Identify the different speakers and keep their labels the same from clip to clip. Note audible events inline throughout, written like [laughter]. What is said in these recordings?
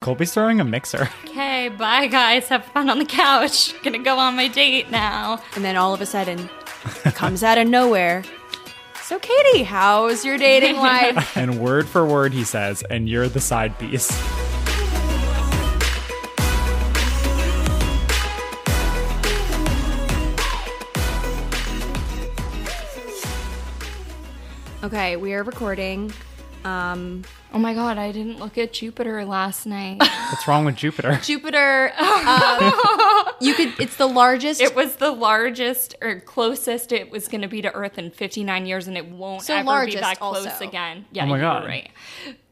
Speaker 1: Colby's throwing a mixer. [laughs]
Speaker 2: Okay, bye guys. Have fun on the couch. Gonna go on my date now.
Speaker 3: And then all of a sudden, comes out of nowhere. So, Katie, how's your
Speaker 2: [laughs]
Speaker 3: dating life?
Speaker 1: and word for word, he says, and you're the side piece.
Speaker 3: okay, we are recording. Um,
Speaker 2: Oh my god, I didn't look at Jupiter last night.
Speaker 1: What's wrong with Jupiter?
Speaker 3: Jupiter, [laughs] um, you could. It's the
Speaker 2: [laughs]
Speaker 3: largest.
Speaker 2: it was the largest or closest it was gonna be to Earth in 59 years, and it won't
Speaker 3: So
Speaker 2: ever
Speaker 3: largest
Speaker 2: be that close
Speaker 3: also.
Speaker 2: again. Yeah,
Speaker 1: Oh my
Speaker 2: you
Speaker 1: God.
Speaker 2: were right.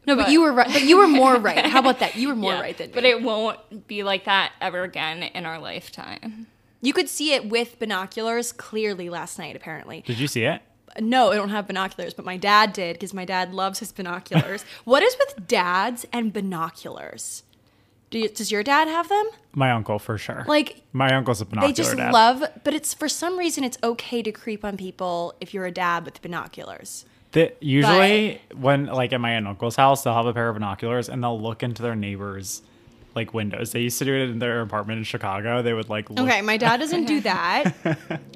Speaker 3: no, but, you were right. But you were more right. How about that? You were more
Speaker 2: [laughs] Yeah,
Speaker 3: right than me.
Speaker 2: but it won't be like that ever again in our lifetime.
Speaker 3: you could see it with binoculars clearly last night. Apparently,
Speaker 1: Did you see it?
Speaker 3: no, I don't have binoculars, but my dad did because my dad loves
Speaker 2: [laughs]
Speaker 3: his binoculars. what is with dads and binoculars? Do you, does your dad have them?
Speaker 1: My uncle, for sure.
Speaker 3: Like
Speaker 1: my uncle's a binocular
Speaker 3: they just
Speaker 1: dad.
Speaker 3: love, but it's for some reason it's okay to creep on people if you're a dad with binoculars.
Speaker 1: The- usually, when like at my aunt and uncle's house, they'll have a pair of binoculars and they'll look into their neighbors' like windows. They used to do it in their apartment in Chicago. They would like look.
Speaker 3: Okay, my [laughs] dad doesn't do that.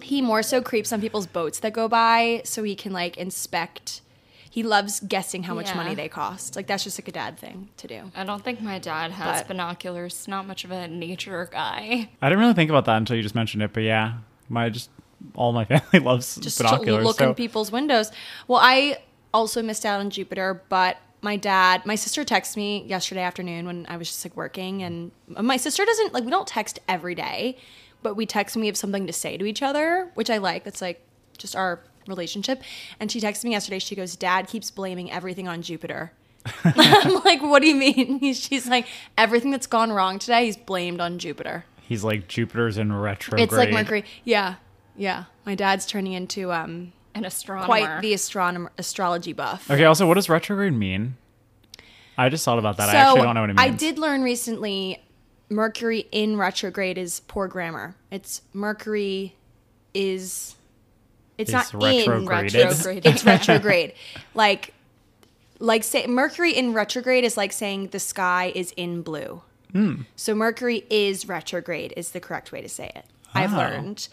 Speaker 3: he more so creeps on people's boats that go by so he can like inspect. He loves guessing how much
Speaker 2: Yeah.
Speaker 3: money they cost. Like that's just like a dad thing to do.
Speaker 2: I don't think my dad has
Speaker 3: But-
Speaker 2: binoculars. Not much of a nature guy.
Speaker 1: I didn't really think about that until you just mentioned it, but yeah, my just all my [laughs] family loves
Speaker 3: Just to
Speaker 1: binoculars.
Speaker 3: look
Speaker 1: so
Speaker 3: in people's windows. Well, I also missed out on Jupiter, but my dad, my sister texted me yesterday afternoon when I was just like working, and my sister doesn't like we don't text every day, but we text when we have something to say to each other, which I like. That's like just our relationship. And she texted me yesterday. She goes, "Dad keeps blaming everything on Jupiter." [laughs] I'm like, what do you mean? [laughs] She's like, everything that's gone wrong today, he's blamed on Jupiter.
Speaker 1: he's like Jupiter's in retrograde.
Speaker 3: It's like Mercury. Yeah. Yeah. My dad's turning into um
Speaker 2: An astronomer.
Speaker 3: quite the astronomer astrology buff.
Speaker 1: Okay, also, what does retrograde mean? I just thought about that. I
Speaker 3: So
Speaker 1: actually don't know what it means.
Speaker 3: I did learn recently Mercury in retrograde is poor grammar. It's Mercury is it's
Speaker 1: Is
Speaker 3: not in
Speaker 1: retrograded.
Speaker 3: retrograde. It's retrograde. [laughs] Like like say Mercury in retrograde is like saying the sky is in blue.
Speaker 1: Hmm.
Speaker 3: So Mercury is retrograde is the correct way to say it. I've
Speaker 1: Oh.
Speaker 3: learned.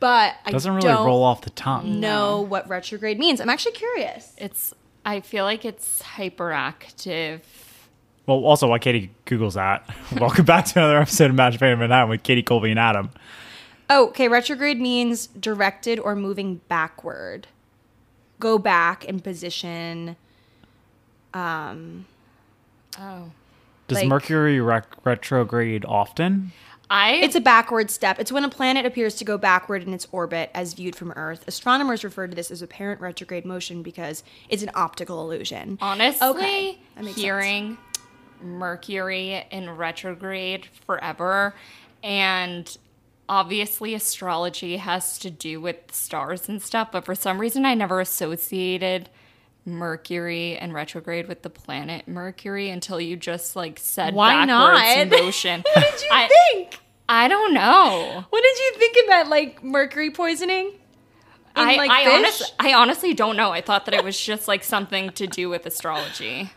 Speaker 3: But I
Speaker 1: Doesn't really
Speaker 3: don't
Speaker 1: roll off the tongue.
Speaker 3: know what retrograde means. I'm actually curious.
Speaker 2: It's. I feel like it's hyperactive.
Speaker 1: Well, also, while Katie Googles that, [laughs] welcome back to another episode of Magic Fame Manhattan with Katie Colby and Adam.
Speaker 3: Oh, okay. Retrograde means directed or moving backward. Go back in position.
Speaker 2: Oh,
Speaker 1: Does
Speaker 3: Like-
Speaker 1: Mercury rec- retrograde often?
Speaker 2: I.
Speaker 3: It's a backward step. It's when a planet appears to go backward in its orbit as viewed from Earth. Astronomers refer to this as apparent retrograde motion because it's an optical illusion.
Speaker 2: honestly
Speaker 3: Okay, that makes sense.
Speaker 2: hearing Mercury in retrograde forever, and obviously astrology has to do with stars and stuff. But for some reason, I never associated Mercury and retrograde with the planet Mercury until you just like said
Speaker 3: Why [laughs]
Speaker 2: backwards
Speaker 3: not?
Speaker 2: motion.
Speaker 3: What did you
Speaker 2: I,
Speaker 3: think?
Speaker 2: I don't know.
Speaker 3: What did you think about like mercury poisoning? In,
Speaker 2: I,
Speaker 3: like,
Speaker 2: I, honest-
Speaker 3: fish?
Speaker 2: I honestly don't know. I thought that it was just like something to do with astrology.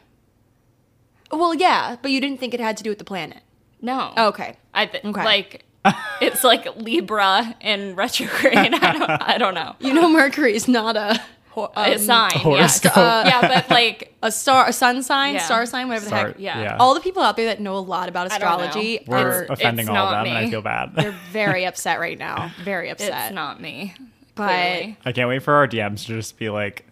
Speaker 3: Well, yeah, but you didn't think it had to do with the planet.
Speaker 2: No.
Speaker 3: Okay.
Speaker 2: I th-
Speaker 3: Okay.
Speaker 2: like it's like Libra in retrograde. I don't, I don't know.
Speaker 3: You know, Mercury is not a ho- [laughs] um,
Speaker 2: A sign.
Speaker 1: horoscope.
Speaker 2: Yeah. Uh, yeah,
Speaker 3: [laughs]
Speaker 2: but like
Speaker 3: a star, a sun sign,
Speaker 2: Yeah.
Speaker 3: star sign, whatever the
Speaker 1: Sorry,
Speaker 3: heck.
Speaker 2: yeah.
Speaker 3: All the people out there that know a lot about
Speaker 2: I don't know.
Speaker 3: astrology
Speaker 1: We're
Speaker 3: are
Speaker 2: It's-
Speaker 1: offending
Speaker 2: it's
Speaker 1: all of
Speaker 2: not
Speaker 1: them, and I
Speaker 2: me.
Speaker 1: feel bad.
Speaker 3: they're very upset right now. Very
Speaker 2: it's
Speaker 3: upset.
Speaker 2: not me.
Speaker 3: But-
Speaker 2: clearly.
Speaker 1: [laughs] I can't wait for our DMs to just be like,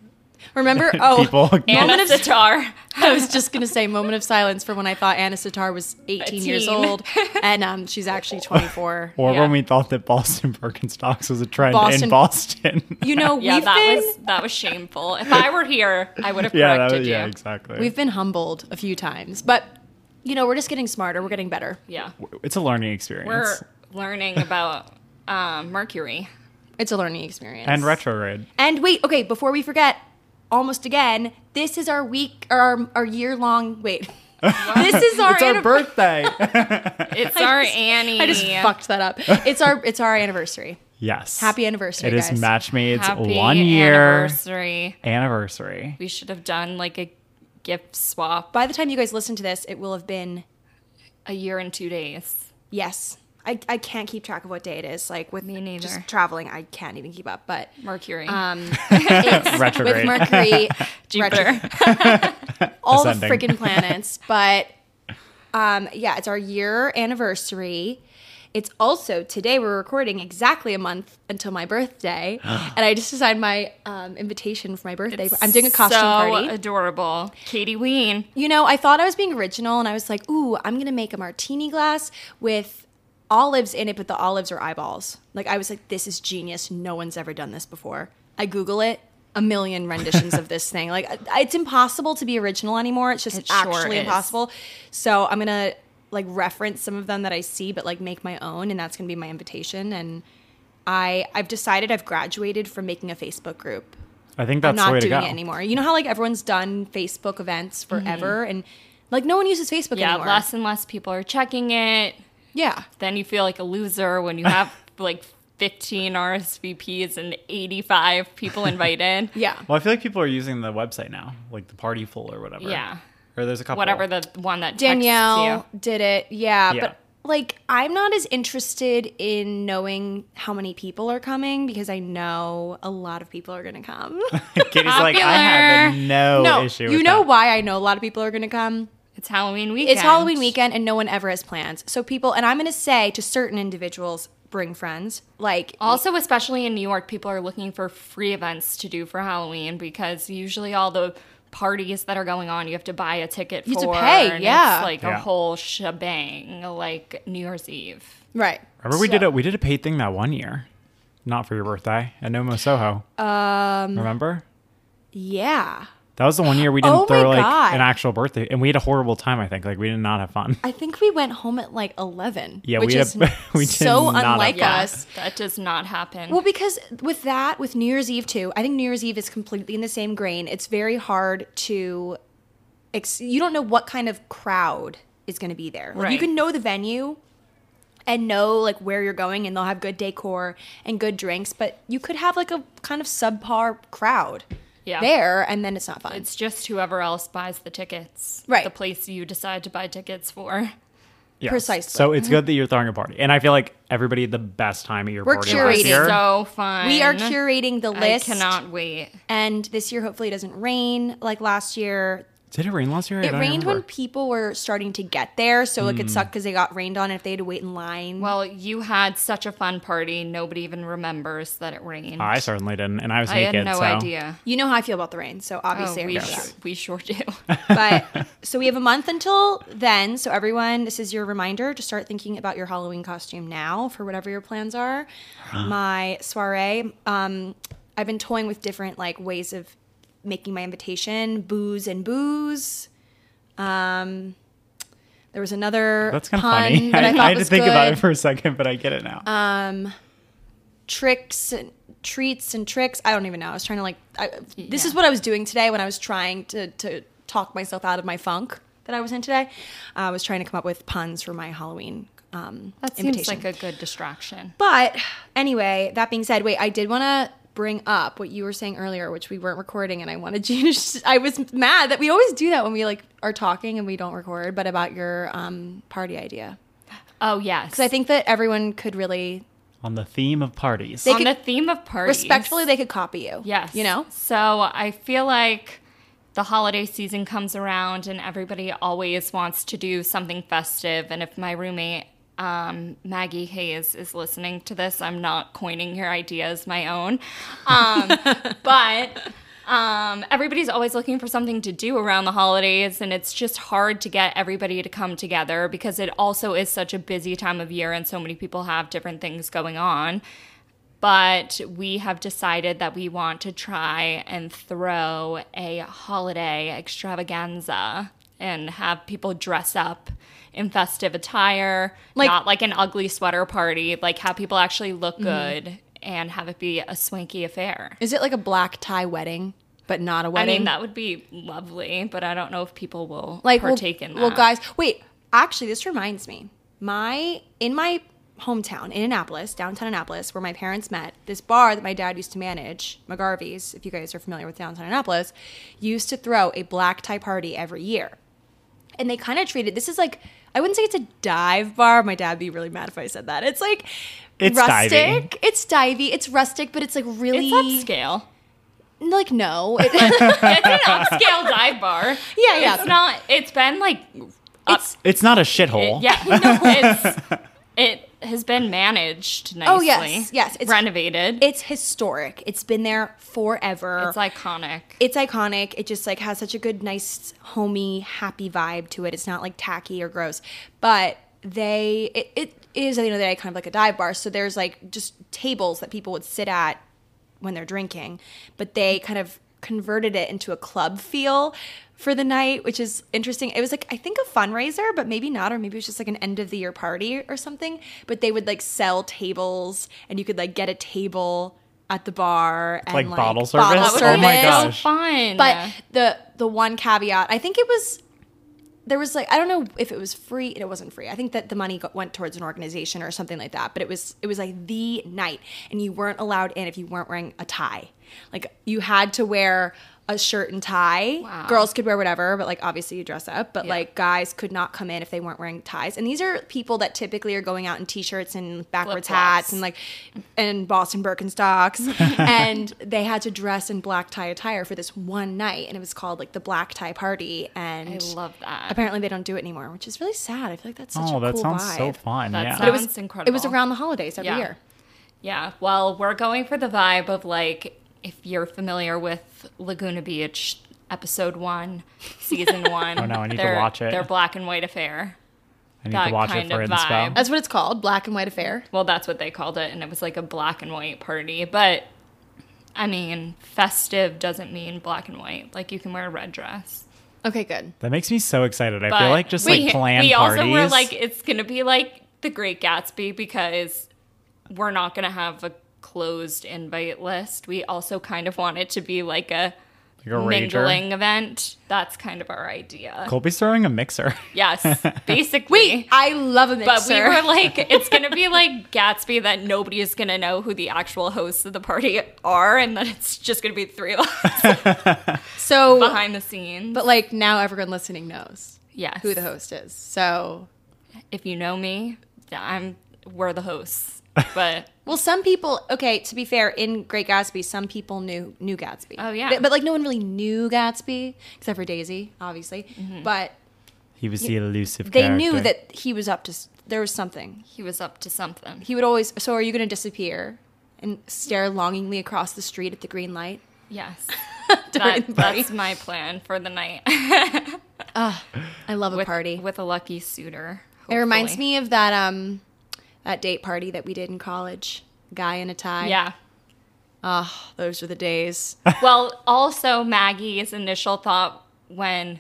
Speaker 1: [laughs]
Speaker 3: Remember? Oh,
Speaker 1: people. [laughs]
Speaker 2: Anna
Speaker 3: Moment of- [laughs]
Speaker 2: Sitar.
Speaker 3: I was just gonna say moment of silence for when I thought Anna Sitar was 18 years
Speaker 2: teen.
Speaker 3: old, and um, she's
Speaker 2: [laughs]
Speaker 3: actually 24.
Speaker 1: or
Speaker 2: yeah.
Speaker 1: when we thought that Boston [laughs] Birkenstocks was a trend
Speaker 3: Boston-
Speaker 1: in Boston. [laughs]
Speaker 3: You
Speaker 2: [laughs]
Speaker 3: know,
Speaker 2: Yeah,
Speaker 3: we've
Speaker 2: that
Speaker 3: been
Speaker 2: was that was shameful. If I were here, I would have
Speaker 1: yeah, that
Speaker 2: corrected
Speaker 1: was,
Speaker 2: you.
Speaker 1: yeah, exactly.
Speaker 3: we've been humbled a few times, but you know, we're just getting smarter. We're getting better.
Speaker 2: Yeah.
Speaker 1: it's a learning experience.
Speaker 2: We're learning about um,
Speaker 3: [laughs]
Speaker 2: Mercury.
Speaker 3: It's a learning experience.
Speaker 1: and retrograde.
Speaker 3: And wait, okay, before we forget, almost again, this is our week or our, our year
Speaker 1: [laughs]
Speaker 3: long wait. this is our,
Speaker 1: it's our
Speaker 3: anniv-
Speaker 1: birthday. [laughs]
Speaker 2: It's our
Speaker 3: just-
Speaker 2: Annie.
Speaker 3: I just fucked that up. It's our it's our anniversary.
Speaker 1: yes.
Speaker 3: Happy anniversary,
Speaker 1: It is
Speaker 3: guys.
Speaker 1: Matchmade's
Speaker 2: Happy
Speaker 1: one year
Speaker 2: anniversary.
Speaker 1: anniversary.
Speaker 2: We should have done like a gift swap.
Speaker 3: By the time you guys listen to this, it will have been
Speaker 2: a year and two days.
Speaker 3: Yes. I, I can't keep track of what day it is. Like with
Speaker 2: Me neither.
Speaker 3: just traveling, I can't even keep up. But
Speaker 1: [laughs]
Speaker 2: Mercury.
Speaker 3: um, it's [laughs] with
Speaker 1: Retrograde.
Speaker 3: Mercury,
Speaker 2: Jupiter.
Speaker 3: retro- all the
Speaker 1: Ascending.
Speaker 3: freaking planets. But um, yeah, it's our year anniversary. It's also today we're recording exactly a month until my birthday, and I just designed my um, invitation for my birthday. I'm doing a costume
Speaker 2: so
Speaker 3: party.
Speaker 2: adorable. Katie Ween.
Speaker 3: You know, I thought I was being original and I was like, ooh, I'm going to make a martini glass with olives in it, but the olives are eyeballs. Like, I was like, this is genius. No one's ever done this before. I Google it, a million renditions of this thing. Like, I- it's impossible to be original anymore. It's just
Speaker 2: It sure
Speaker 3: actually
Speaker 2: is.
Speaker 3: impossible. So, I'm going to like reference some of them that I see, but like make my own. And that's going to be my invitation. And I, I've decided I've graduated from making a Facebook group.
Speaker 1: [laughs] I think that's the
Speaker 3: I'm
Speaker 1: way
Speaker 3: not
Speaker 1: to
Speaker 3: doing
Speaker 1: go.
Speaker 3: it anymore. You know how like everyone's done Facebook events forever and like no one uses Facebook
Speaker 2: Mm-hmm. Yeah,
Speaker 3: anymore.
Speaker 2: less and less people are checking it.
Speaker 3: yeah.
Speaker 2: Then you feel like a loser when you
Speaker 3: [laughs]
Speaker 2: have like 15 RSVPs and 85
Speaker 3: [laughs]
Speaker 2: people invited.
Speaker 3: Yeah.
Speaker 1: Well, I feel like people are using the website now, like the Party Full or whatever.
Speaker 2: Yeah.
Speaker 1: Or there's a couple.
Speaker 2: Whatever the one that texts
Speaker 3: Danielle did it. Yeah,
Speaker 1: Yeah.
Speaker 3: but like I'm not as interested in knowing how many people are coming because I know a lot of people are going to come.
Speaker 1: [laughs]
Speaker 3: [laughs]
Speaker 1: Katie's like, I have
Speaker 2: Popular.
Speaker 1: no,
Speaker 3: no,
Speaker 1: issue.
Speaker 3: you
Speaker 1: with
Speaker 3: know
Speaker 1: that.
Speaker 3: why I know a lot of people are going to come.
Speaker 2: you. It's Halloween weekend.
Speaker 3: It's Halloween weekend and no one ever has plans. So people and I'm going to say to certain individuals bring friends. Like
Speaker 2: Also, especially in New York, people are looking for free events to do for Halloween because usually all the parties that are going on, you have to buy a ticket
Speaker 3: You have to
Speaker 2: for.
Speaker 3: pay,
Speaker 2: and
Speaker 3: yeah.
Speaker 2: It's like a
Speaker 1: Yeah.
Speaker 2: whole shebang, like New Year's Eve.
Speaker 3: right.
Speaker 1: Remember we did
Speaker 3: So-
Speaker 1: a we did a paid thing that one year, not for your birthday at Nomo Soho. Um, remember
Speaker 3: Yeah.
Speaker 1: that was the one year we didn't
Speaker 3: Oh my
Speaker 1: throw like
Speaker 3: God.
Speaker 1: an actual birthday, and we had a horrible time. I think like we did not have fun.
Speaker 3: I think we went home at like eleven.
Speaker 1: Yeah,
Speaker 3: which
Speaker 1: we had- [laughs]
Speaker 3: is
Speaker 1: we did
Speaker 3: so
Speaker 1: not have
Speaker 3: unlike
Speaker 1: fun. Yeah.
Speaker 3: us.
Speaker 2: That does not happen.
Speaker 3: Well, because with that, with New Year's Eve too, I think New Year's Eve is completely in the same grain. It's very hard to, ex- you don't know what kind of crowd is going to be there. Like, You
Speaker 2: Right.
Speaker 3: can know the venue and know like where you're going, and they'll have good decor and good drinks, but you could have like a kind of subpar crowd
Speaker 2: Yeah.
Speaker 3: there, and then it's not fun.
Speaker 2: It's just whoever else buys the tickets.
Speaker 3: Right.
Speaker 2: The place you decide to buy tickets for.
Speaker 1: Yes.
Speaker 3: Precisely.
Speaker 1: So it's good that you're throwing a party, and I feel like everybody had the best time at your
Speaker 3: We're
Speaker 1: party
Speaker 2: [laughs]
Speaker 3: curating.
Speaker 1: last year.
Speaker 2: So fun.
Speaker 3: we are curating the
Speaker 2: I
Speaker 3: list,
Speaker 2: cannot wait.
Speaker 3: and this year hopefully it doesn't rain like last year.
Speaker 1: Did it rain last year? I
Speaker 3: It
Speaker 1: don't
Speaker 3: rained when
Speaker 1: remember. Hmm.
Speaker 3: people were starting to get there, so it could suck because they got rained on if they had to wait in line.
Speaker 2: Well, you had such a fun party. Nobody even remembers that it rained.
Speaker 1: I certainly didn't, and I was
Speaker 2: I
Speaker 1: naked.
Speaker 2: had no
Speaker 1: so.
Speaker 2: idea.
Speaker 3: you know how I feel about the rain, so
Speaker 2: Oh,
Speaker 3: obviously I
Speaker 2: we,
Speaker 3: remember
Speaker 2: sure,
Speaker 3: that.
Speaker 2: we sure
Speaker 3: [laughs]
Speaker 2: do. [laughs]
Speaker 3: But so we have a month until then. So everyone, this is your reminder to start thinking about your Halloween costume now for whatever your plans are. My soiree. Um, I've been toying with different like ways of making my invitation: booze and booze. Um, there was another
Speaker 1: That's
Speaker 3: pun
Speaker 1: kind of funny.
Speaker 3: that I,
Speaker 1: [laughs]
Speaker 3: thought
Speaker 1: I, had to
Speaker 3: was
Speaker 1: think
Speaker 3: good.
Speaker 1: about it for a second, but I get it now.
Speaker 3: tricks and treats and tricks. I don't even know. I was trying to like. I, this is what I was doing today when I was trying to to talk myself out of my funk that I was in today. Uh, I was trying to come up with puns for my Halloween um,
Speaker 2: That
Speaker 3: invitation.
Speaker 2: seems like a good distraction.
Speaker 3: but anyway, that being said, wait, I did want to bring up what you were saying earlier, which we weren't recording, and I wanted [laughs] you to. Just, I was mad that we always do that when we like are talking and we don't record, but about your um, party idea.
Speaker 2: Oh yes,
Speaker 3: 'Cause I think that everyone could really
Speaker 1: On the theme of parties,
Speaker 3: They
Speaker 2: on
Speaker 3: could-
Speaker 2: the theme of parties,
Speaker 3: respectfully they could copy you.
Speaker 2: Yes,
Speaker 3: you know.
Speaker 2: So I feel like the holiday season comes around, and everybody always wants to do something festive. And if my roommate um, Maggie Hayes is listening to this, I'm not coining your ideas my own,
Speaker 3: [laughs]
Speaker 2: um, but. Um, everybody's always looking for something to do around the holidays, and it's just hard to get everybody to come together because it also is such a busy time of year, and so many people have different things going on. But we have decided that we want to try and throw a holiday extravaganza and have people dress up in festive attire,
Speaker 3: Like-
Speaker 2: not like an ugly sweater party, like have people actually look good and have it be a swanky affair.
Speaker 3: Is it like a black tie wedding, but not a
Speaker 2: I
Speaker 3: wedding?
Speaker 2: mean, that would be lovely, but I don't know if people will
Speaker 3: like well-
Speaker 2: partake in that.
Speaker 3: Well, guys, wait. Actually, this reminds me. My in my hometown in Annapolis, downtown Annapolis, where my parents met, this bar that my dad used to manage, McGarvey's, if you guys are familiar with downtown Annapolis, used to throw a black tie party every year. And they kind of treated this is like I wouldn't say it's a dive bar. My dad'd be really mad if I said that. It's like
Speaker 1: It's
Speaker 3: rustic.
Speaker 1: divey.
Speaker 3: It's divey. It's rustic, but it's like really
Speaker 2: It's upscale. [laughs]
Speaker 3: like no. It- [laughs]
Speaker 2: It's an upscale dive bar.
Speaker 3: Yeah, yeah.
Speaker 2: It's not. It's been like. Up,
Speaker 3: it's
Speaker 1: It's not a shithole. [laughs]
Speaker 2: yeah. No, it's. It has been managed nicely.
Speaker 3: Oh, yes, yes, it's-
Speaker 2: It's renovated.
Speaker 3: it's historic. It's been there forever.
Speaker 2: it's iconic.
Speaker 3: it's iconic. It just like has such a good, nice, homey, happy vibe to it. It's not like tacky or gross, but they it, it is at the end of the day kind of like a dive bar. So there's like just tables that people would sit at when they're drinking, but they kind of converted it into a club feel for the night, which is interesting. It was like I think a fundraiser, but maybe not, or maybe it was just like an end of the year party or something. But they would like sell tables, and you could like get a table. At the bar, and
Speaker 1: Like bottle service?
Speaker 2: That would
Speaker 1: Oh my
Speaker 2: be
Speaker 1: gosh.
Speaker 2: So fun.
Speaker 3: but the the one caveat, I think it was there was like I don't know if it was free. It wasn't free. I think that the money got, went towards an organization or something like that. But it was it was like the night, and you weren't allowed in if you weren't wearing a tie. Like you had to wear a shirt and tie.
Speaker 2: Wow.
Speaker 3: Girls could wear whatever, but like obviously you dress up. But
Speaker 2: Yeah.
Speaker 3: like guys could not come in if they weren't wearing ties. And these are people that typically are going out in t-shirts and backwards
Speaker 2: Flip-flops.
Speaker 3: hats and like and
Speaker 2: [laughs]
Speaker 3: Boston Birkenstocks, and they had to dress in black tie attire for this one night, and it was called like the black tie party. And
Speaker 2: I love that.
Speaker 3: Apparently, they don't do it anymore, which is really sad. I feel like that's such
Speaker 1: Oh,
Speaker 3: a
Speaker 1: that
Speaker 3: cool
Speaker 1: sounds
Speaker 3: vibe.
Speaker 1: so fun.
Speaker 2: That
Speaker 1: yeah.
Speaker 2: sounds-
Speaker 3: It was
Speaker 2: That's incredible.
Speaker 3: It was around the holidays every
Speaker 2: Yeah.
Speaker 3: year.
Speaker 2: Yeah, well, we're going for the vibe of like if you're familiar with Laguna Beach, episode one,
Speaker 1: [laughs]
Speaker 2: season one.
Speaker 1: Oh, no, I need to
Speaker 2: their-
Speaker 1: watch it.
Speaker 2: Their black and white affair.
Speaker 1: I need
Speaker 2: that
Speaker 1: to watch it
Speaker 2: kind
Speaker 1: for
Speaker 2: of
Speaker 1: inspo.
Speaker 2: vibe.
Speaker 3: That's what it's called, black and white affair.
Speaker 2: Well, that's what they called it, and it was like a black and white party. But I mean, festive doesn't mean black and white. Like you can wear a red dress.
Speaker 3: Okay, good.
Speaker 1: That makes me so excited. I
Speaker 2: But
Speaker 1: feel like just like plan
Speaker 2: [laughs] we
Speaker 1: parties.
Speaker 2: also were like, it's gonna be like the Great Gatsby because we're not gonna have a closed invite list. We also kind of want it to be like a
Speaker 1: Like a rager.
Speaker 2: mingling event. That's kind of our idea.
Speaker 1: Colby's throwing a mixer. [laughs]
Speaker 2: Yes, basically.
Speaker 3: I love a mixer.
Speaker 2: but we were
Speaker 3: [laughs]
Speaker 2: like, it's gonna be like Gatsby that nobody is gonna know who the actual hosts of the party are, and that it's just gonna be the three of us
Speaker 3: so
Speaker 2: behind the scenes.
Speaker 3: But like now, everyone listening knows
Speaker 2: yes,
Speaker 3: who the host is. So
Speaker 2: If you know me, I'm we're the hosts. But
Speaker 3: Well, some people. Okay, to be fair, in Great Gatsby, some people knew knew Gatsby.
Speaker 2: Oh, yeah.
Speaker 3: but, but, like no one really knew Gatsby except for Daisy, obviously.
Speaker 2: Mm-hmm.
Speaker 3: But
Speaker 1: He was the elusive
Speaker 3: they
Speaker 1: character.
Speaker 3: knew that he was up to. s- There was something.
Speaker 2: he was up to something.
Speaker 3: He would always. So, are you going to disappear and stare longingly across the street at the green light? [laughs]
Speaker 2: Yes,
Speaker 3: during
Speaker 2: [laughs] That-
Speaker 3: the party?
Speaker 2: that's my plan for the night.
Speaker 3: I love
Speaker 2: [laughs]
Speaker 3: a
Speaker 2: with,
Speaker 3: party.
Speaker 2: with a lucky suitor.
Speaker 3: it reminds
Speaker 2: hopefully.
Speaker 3: me of that um, that date party that we did in college. Guy in a tie.
Speaker 2: Yeah.
Speaker 3: Ah, those were the days.
Speaker 2: Well, also Maggie's initial thought when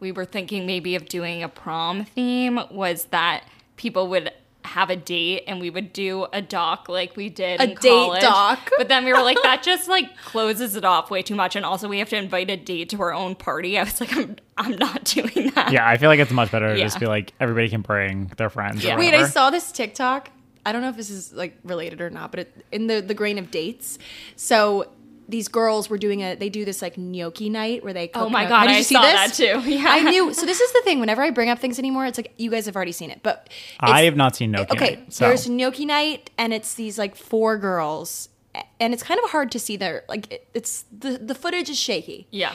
Speaker 2: we were thinking maybe of doing a prom theme was that people would have a date and we would do a doc like we did
Speaker 3: A
Speaker 2: in
Speaker 3: date
Speaker 2: college.
Speaker 3: doc.
Speaker 2: But then we were like,
Speaker 3: [laughs]
Speaker 2: that just like closes it off way too much, and also we have to invite a date to our own party. I was like, I'm I'm not [laughs] doing that.
Speaker 1: Yeah, I feel like it's much better to just
Speaker 2: Yeah.
Speaker 1: be like everybody can bring their friends. or
Speaker 2: Yeah.
Speaker 3: Wait, I
Speaker 1: whatever.
Speaker 3: saw this TikTok. I don't know if this is like related or not, but it, in the the grain of dates, so these girls were doing a they do this like gnocchi night where they cook
Speaker 2: Oh my
Speaker 3: gno-
Speaker 2: God,
Speaker 3: Did you
Speaker 2: I
Speaker 3: see
Speaker 2: saw
Speaker 3: this?
Speaker 2: that too. [laughs] Yeah.
Speaker 3: I knew. So this is the thing. Whenever I bring up things anymore, it's like you guys have already seen it, but it's,
Speaker 1: I have not seen Nokia.
Speaker 3: Okay,
Speaker 1: Night, so.
Speaker 3: there's gnocchi night, and it's these like four girls, a- and it's kind of hard to see their like it, it's the the footage is shaky.
Speaker 2: Yeah.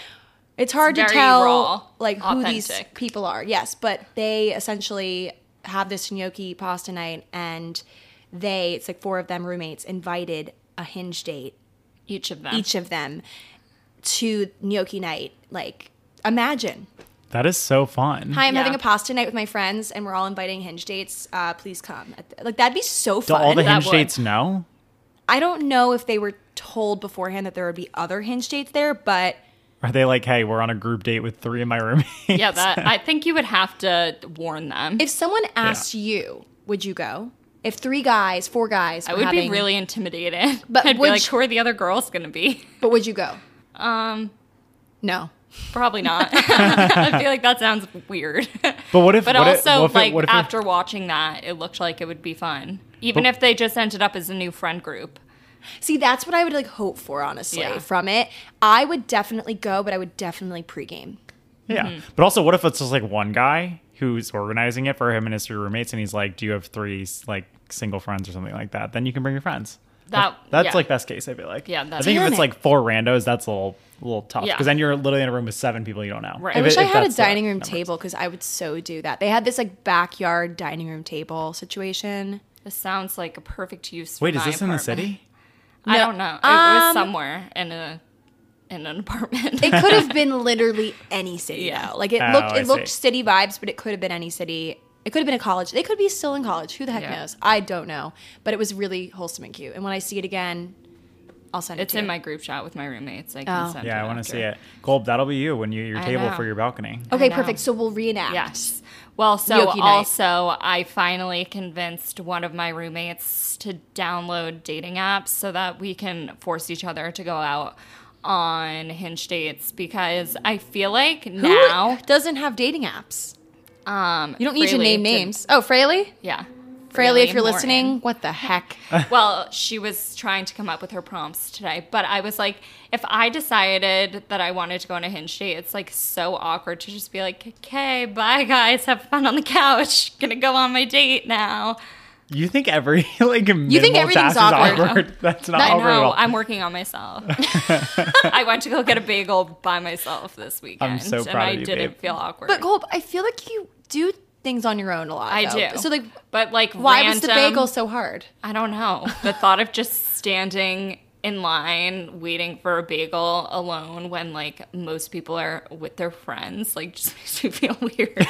Speaker 3: It's hard to
Speaker 2: very
Speaker 3: tell
Speaker 2: raw,
Speaker 3: like who these
Speaker 2: authentic.
Speaker 3: people are. Yes, but they essentially have this gnocchi pasta night and they it's like four of them roommates invited a hinge date
Speaker 2: Each of them.
Speaker 3: each of them to gnocchi night like imagine
Speaker 1: that is so fun.
Speaker 3: hi i'm
Speaker 2: Yeah.
Speaker 3: having a pasta night with my friends and we're all inviting hinge dates uh, please come like that'd be so
Speaker 1: Do
Speaker 3: fun
Speaker 1: all the
Speaker 2: That
Speaker 1: hinge
Speaker 2: would.
Speaker 1: dates know?
Speaker 3: i don't know if they were told beforehand that there would be other hinge dates there but
Speaker 1: Are they like, hey, we're on a group date with three of my [laughs] roommates?
Speaker 2: yeah, that I think you would have to warn them.
Speaker 3: If someone asked you, would you go? If three guys, four guys,
Speaker 2: I
Speaker 3: were
Speaker 2: would be
Speaker 3: having-
Speaker 2: really intimidated.
Speaker 3: But
Speaker 2: But I'd be
Speaker 3: would
Speaker 2: like,
Speaker 3: you-
Speaker 2: who are the other girls gonna be?
Speaker 3: But would you go? Um, no.
Speaker 2: Probably not.
Speaker 1: [laughs]
Speaker 2: [laughs] I feel like that sounds weird. [laughs]
Speaker 1: But what if?
Speaker 2: But
Speaker 1: what if-
Speaker 2: also,
Speaker 1: what if it-
Speaker 2: like
Speaker 1: what if it-
Speaker 2: after watching that, it looked like it would be fun, even
Speaker 1: But-
Speaker 2: if they just ended up as a new friend group.
Speaker 3: See, that's what I would like hope for, honestly,
Speaker 2: Yeah.
Speaker 3: from it. I would definitely go, but I would definitely pregame.
Speaker 2: Mm-hmm.
Speaker 1: yeah. But also, what if it's just like one guy who's organizing it for him and his three roommates, and he's like, "Do you have three like single friends or something like that?" Then you can bring your friends.
Speaker 2: That-
Speaker 1: that's
Speaker 2: yeah.
Speaker 1: like best case. I feel like.
Speaker 2: Yeah,
Speaker 1: I
Speaker 2: that's-
Speaker 1: think if
Speaker 3: Damn
Speaker 1: it's
Speaker 3: it.
Speaker 1: like four randos, that's a little a little tough
Speaker 2: Yeah.
Speaker 1: because then you're literally in a room with seven people you don't know.
Speaker 2: Right.
Speaker 3: I
Speaker 1: If
Speaker 3: wish
Speaker 1: it-
Speaker 3: I
Speaker 1: if
Speaker 3: had a
Speaker 1: that's the
Speaker 3: dining room
Speaker 1: number.
Speaker 3: table because I would so do that. They had this like backyard dining room table situation.
Speaker 2: This sounds like a perfect use. For
Speaker 1: Wait, is
Speaker 2: my
Speaker 1: this in the
Speaker 2: apartment.
Speaker 3: [laughs]
Speaker 1: city?
Speaker 2: I
Speaker 3: No.
Speaker 2: don't know. It
Speaker 3: Um,
Speaker 2: was somewhere in a in an [laughs] apartment.
Speaker 3: It
Speaker 2: [laughs]
Speaker 3: could have been literally any city
Speaker 2: Yeah.
Speaker 3: though. Like it
Speaker 1: Oh,
Speaker 3: looked
Speaker 1: I
Speaker 3: it looked
Speaker 1: see.
Speaker 3: city vibes, but it could have been any city. It could have been a college. They could be still in college. Who the heck
Speaker 2: Yeah.
Speaker 3: knows? I don't know. But it was really wholesome and cute. And when I see it again, I'll send it
Speaker 2: it's
Speaker 3: to
Speaker 2: in
Speaker 3: you.
Speaker 2: my group chat with my roommates. I can
Speaker 3: Oh.
Speaker 2: send
Speaker 1: Yeah, I
Speaker 2: it
Speaker 1: want to
Speaker 2: after.
Speaker 1: see it. Kolb, that'll be you when you your
Speaker 2: I
Speaker 1: table
Speaker 2: know.
Speaker 1: for your balcony.
Speaker 3: Okay,
Speaker 2: know.
Speaker 3: perfect. So we'll reenact.
Speaker 2: Yes. Well, so
Speaker 3: Yoki night.
Speaker 2: also, I finally convinced one of my roommates to download dating apps so that we can force each other to go out on hinge dates because I feel like
Speaker 3: Who
Speaker 2: now,
Speaker 3: doesn't have dating apps?
Speaker 2: um,
Speaker 3: You don't need to
Speaker 2: Fraley
Speaker 3: name
Speaker 2: did-
Speaker 3: names. Oh, Fraley?
Speaker 2: yeah,
Speaker 3: Fraley, if
Speaker 2: Fraley
Speaker 3: you're
Speaker 2: Morton.
Speaker 3: listening, what
Speaker 2: [laughs]
Speaker 3: the heck?
Speaker 2: well, she was trying to come up with her prompts today, but I was like, if I decided that I wanted to go on a hinge date, it's like so awkward to just be like, okay, bye guys, have fun on the couch, [laughs] gonna go on my date now.
Speaker 1: You think every [laughs] like minimal
Speaker 3: everything's
Speaker 1: task
Speaker 3: awkward.
Speaker 1: is awkward? [laughs] That's not
Speaker 2: I
Speaker 1: awkward at
Speaker 2: know.
Speaker 1: all.
Speaker 2: I'm working on
Speaker 1: [laughs]
Speaker 2: myself. I went to go get a bagel by myself this weekend,
Speaker 1: so
Speaker 2: and
Speaker 1: proud
Speaker 2: I
Speaker 1: of you,
Speaker 2: didn't
Speaker 1: babe.
Speaker 2: feel awkward.
Speaker 3: But Colb, I feel like you do things on your own a lot.
Speaker 2: I
Speaker 3: though.
Speaker 2: do.
Speaker 3: So like,
Speaker 2: but like,
Speaker 3: why
Speaker 2: random,
Speaker 3: was the bagel so hard?
Speaker 2: I don't know. The thought of just standing in line waiting for a bagel alone when like most people are with their friends like just [laughs] makes me feel weird.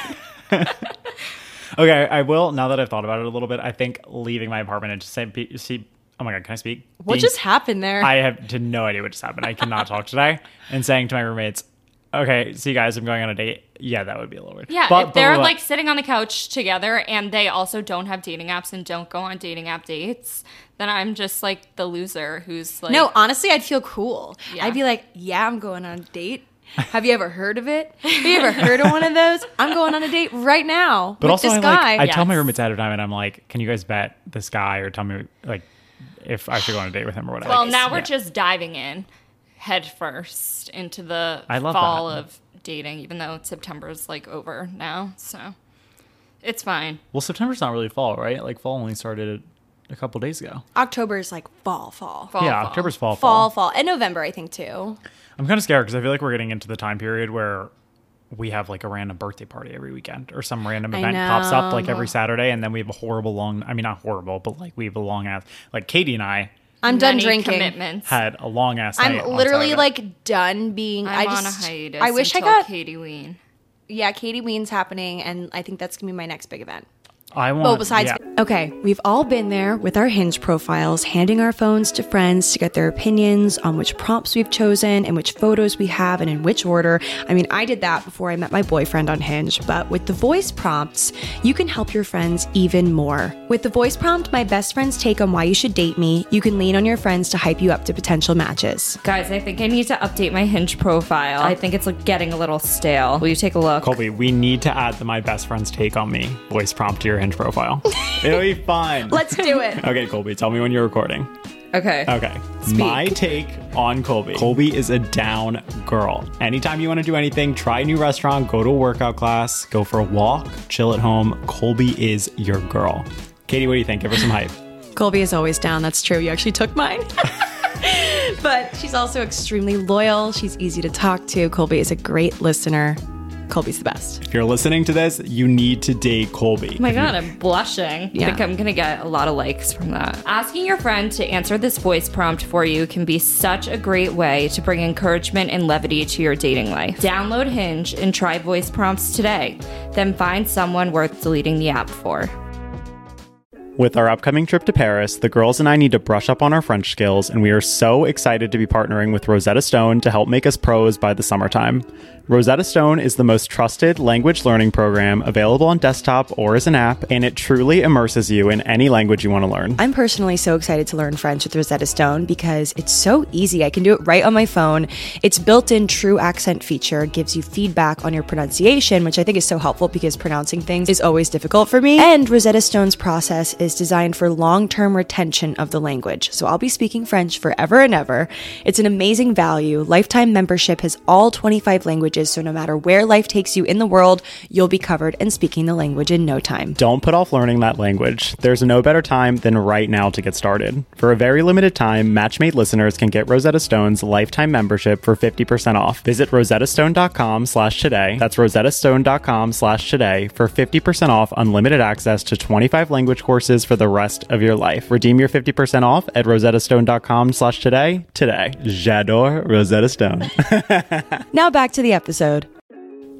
Speaker 1: Okay, I will. Now that I've thought about it a little bit, I think leaving my apartment and just say, be- see, oh my god, can I speak?
Speaker 3: What
Speaker 1: Being-
Speaker 3: just happened there?
Speaker 1: I have to no idea what just happened. I cannot talk
Speaker 2: [laughs]
Speaker 1: today. And saying to my roommates, "Okay, see you guys. I'm going on a date." Yeah, that would be a little weird.
Speaker 2: Yeah,
Speaker 1: But-
Speaker 2: if
Speaker 1: but
Speaker 2: they're
Speaker 1: what-
Speaker 2: like sitting on the couch together and they also don't have dating apps and don't go on dating app dates, then I'm just like the loser who's like
Speaker 3: no, honestly, I'd feel cool.
Speaker 2: Yeah.
Speaker 3: I'd be like, yeah, I'm going on a date. Have you ever heard of it? Have you ever heard of one of [laughs] those? I'm going on a date right now
Speaker 1: but
Speaker 3: with
Speaker 1: also
Speaker 3: this
Speaker 1: I, like,
Speaker 3: guy.
Speaker 1: I tell my
Speaker 2: Yes.
Speaker 1: roommates ahead of time, and I'm like, "Can you guys bet this guy or tell me like if I should go on a date with him or whatever?"
Speaker 2: Well, now we're
Speaker 1: Yeah.
Speaker 2: just diving in head first into the
Speaker 1: I love
Speaker 2: fall
Speaker 1: that.
Speaker 2: of dating, even though September's like over now. So it's fine.
Speaker 1: well, September's not really fall, right? Like fall only started a couple days ago.
Speaker 3: October is like fall, fall, fall,
Speaker 2: Fall,
Speaker 1: yeah,
Speaker 2: fall.
Speaker 1: October's fall.
Speaker 3: fall, and November, I think too.
Speaker 1: I'm kind of scared because I feel like we're getting into the time period where we have like a random birthday party every weekend or some random
Speaker 3: I
Speaker 1: event pops up like
Speaker 3: know.
Speaker 1: every Saturday, and then we have a horrible long. I mean, not horrible, but like we have a long ass. Like Katie and I
Speaker 3: I'm done
Speaker 2: Many
Speaker 3: drinking.
Speaker 2: Commitments.
Speaker 1: had a long ass. night
Speaker 3: I'm
Speaker 1: on
Speaker 3: literally
Speaker 1: Saturday.
Speaker 3: like done being.
Speaker 2: I'm
Speaker 3: I just.
Speaker 2: on a hiatus.
Speaker 3: I wish I
Speaker 2: until
Speaker 3: got.
Speaker 2: Katie Ween.
Speaker 3: Yeah, Katie Ween's happening, and I think that's gonna be my next big event.
Speaker 1: I want.
Speaker 3: Well, besides,
Speaker 1: yeah.
Speaker 3: okay, we've all been there with our hinge profiles, handing our phones to friends to get their opinions on which prompts we've chosen and which photos we have and in which order. I mean, I did that before I met my boyfriend on Hinge, but with the voice prompts, you can help your friends even more. With the voice prompt, my best friend's take on why you should date me, you can lean on your friends to hype you up to potential matches.
Speaker 2: Guys, I think I need to update my hinge profile. I think it's like getting a little stale. Will you take a look?
Speaker 1: Colby, we need to add the my best friend's take on me voice prompt to your hinge
Speaker 3: [laughs]
Speaker 1: profile. It'll be fun.
Speaker 3: Let's do it.
Speaker 1: Okay, Colby, tell me when you're recording.
Speaker 2: [laughs] Okay.
Speaker 1: Okay. My take on Colby. Colby is a down girl. Anytime you want to do anything, try a new restaurant, go to a workout class, go for a walk, chill at home. Colby is your girl. Katie, what do you think? Give her some hype.
Speaker 3: Colby is always down. That's true. You actually took mine. [laughs] but she's also extremely loyal. She's easy to talk to. Colby is a great listener. Colby's the best.
Speaker 1: If you're listening to this, you need to date Colby.
Speaker 2: Oh my god, I'm blushing. I think I'm gonna get a lot of likes from that. Asking your friend to answer this voice prompt for you can be such a great way to bring encouragement and levity to your dating life. Download Hinge and try voice prompts today. Then find someone worth deleting the app for.
Speaker 1: With our upcoming trip to Paris, the girls and I need to brush up on our French skills, and we are so excited to be partnering with Rosetta Stone to help make us pros by the summertime. Rosetta Stone is the most trusted language learning program available on desktop or as an app, and it truly immerses you in any language you want to learn.
Speaker 4: I'm personally so excited to learn French with Rosetta Stone because it's so easy. I can do it right on my phone. Its built in true accent feature gives you feedback on your pronunciation, which I think is so helpful because pronouncing things is always difficult for me. And Rosetta Stone's process
Speaker 3: is designed for long term retention of the language. So I'll be speaking French forever and ever. It's an amazing value. Lifetime membership has all 25 languages, so no matter where life takes you in the world, you'll be covered and speaking the language in no time.
Speaker 1: Don't put off learning that language. There's no better time than right now to get started. For a very limited time, Matchmate listeners can get Rosetta Stone's lifetime membership for 50% off. Visit rosettastone.com slash today. That's rosettastone.com slash today for 50% off unlimited access to 25 language courses for the rest of your life. Redeem your 50% off at rosettastone.com slash today today. J'adore Rosetta Stone.
Speaker 3: Now back to the episode.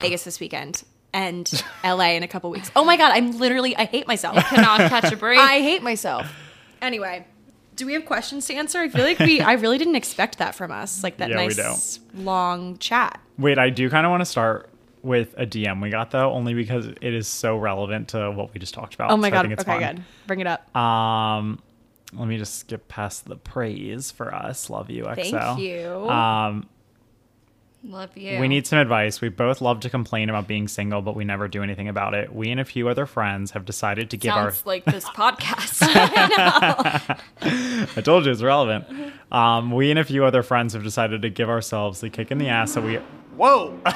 Speaker 5: Vegas this weekend and LA in a couple weeks. Oh my god, I'm literally I hate myself.
Speaker 2: Cannot catch a break.
Speaker 5: I hate myself. Anyway, do we have questions to answer? I feel like we I really didn't expect that from us. Like that
Speaker 1: Yeah, we
Speaker 5: nice long chat.
Speaker 1: Wait, I do kind of want to start with a DM we got though, only because it is so relevant to what we just talked about.
Speaker 5: Oh my
Speaker 1: so I
Speaker 5: god.
Speaker 1: think it's
Speaker 5: Okay,
Speaker 1: fun.
Speaker 5: good. Bring it up.
Speaker 1: Um, let me just skip past the praise for us. Love you, XO.
Speaker 5: Thank you.
Speaker 1: Um,
Speaker 2: Love you.
Speaker 1: we need some advice. We both love to complain about being single, but we never do anything about it. We and a few other friends have decided to give our
Speaker 2: Sounds
Speaker 1: [laughs]
Speaker 2: like this podcast.
Speaker 1: I told you it's relevant.
Speaker 5: Mm-hmm.
Speaker 1: Um, we and a few other friends have decided to give ourselves the kick in the ass that we [laughs] Whoa! You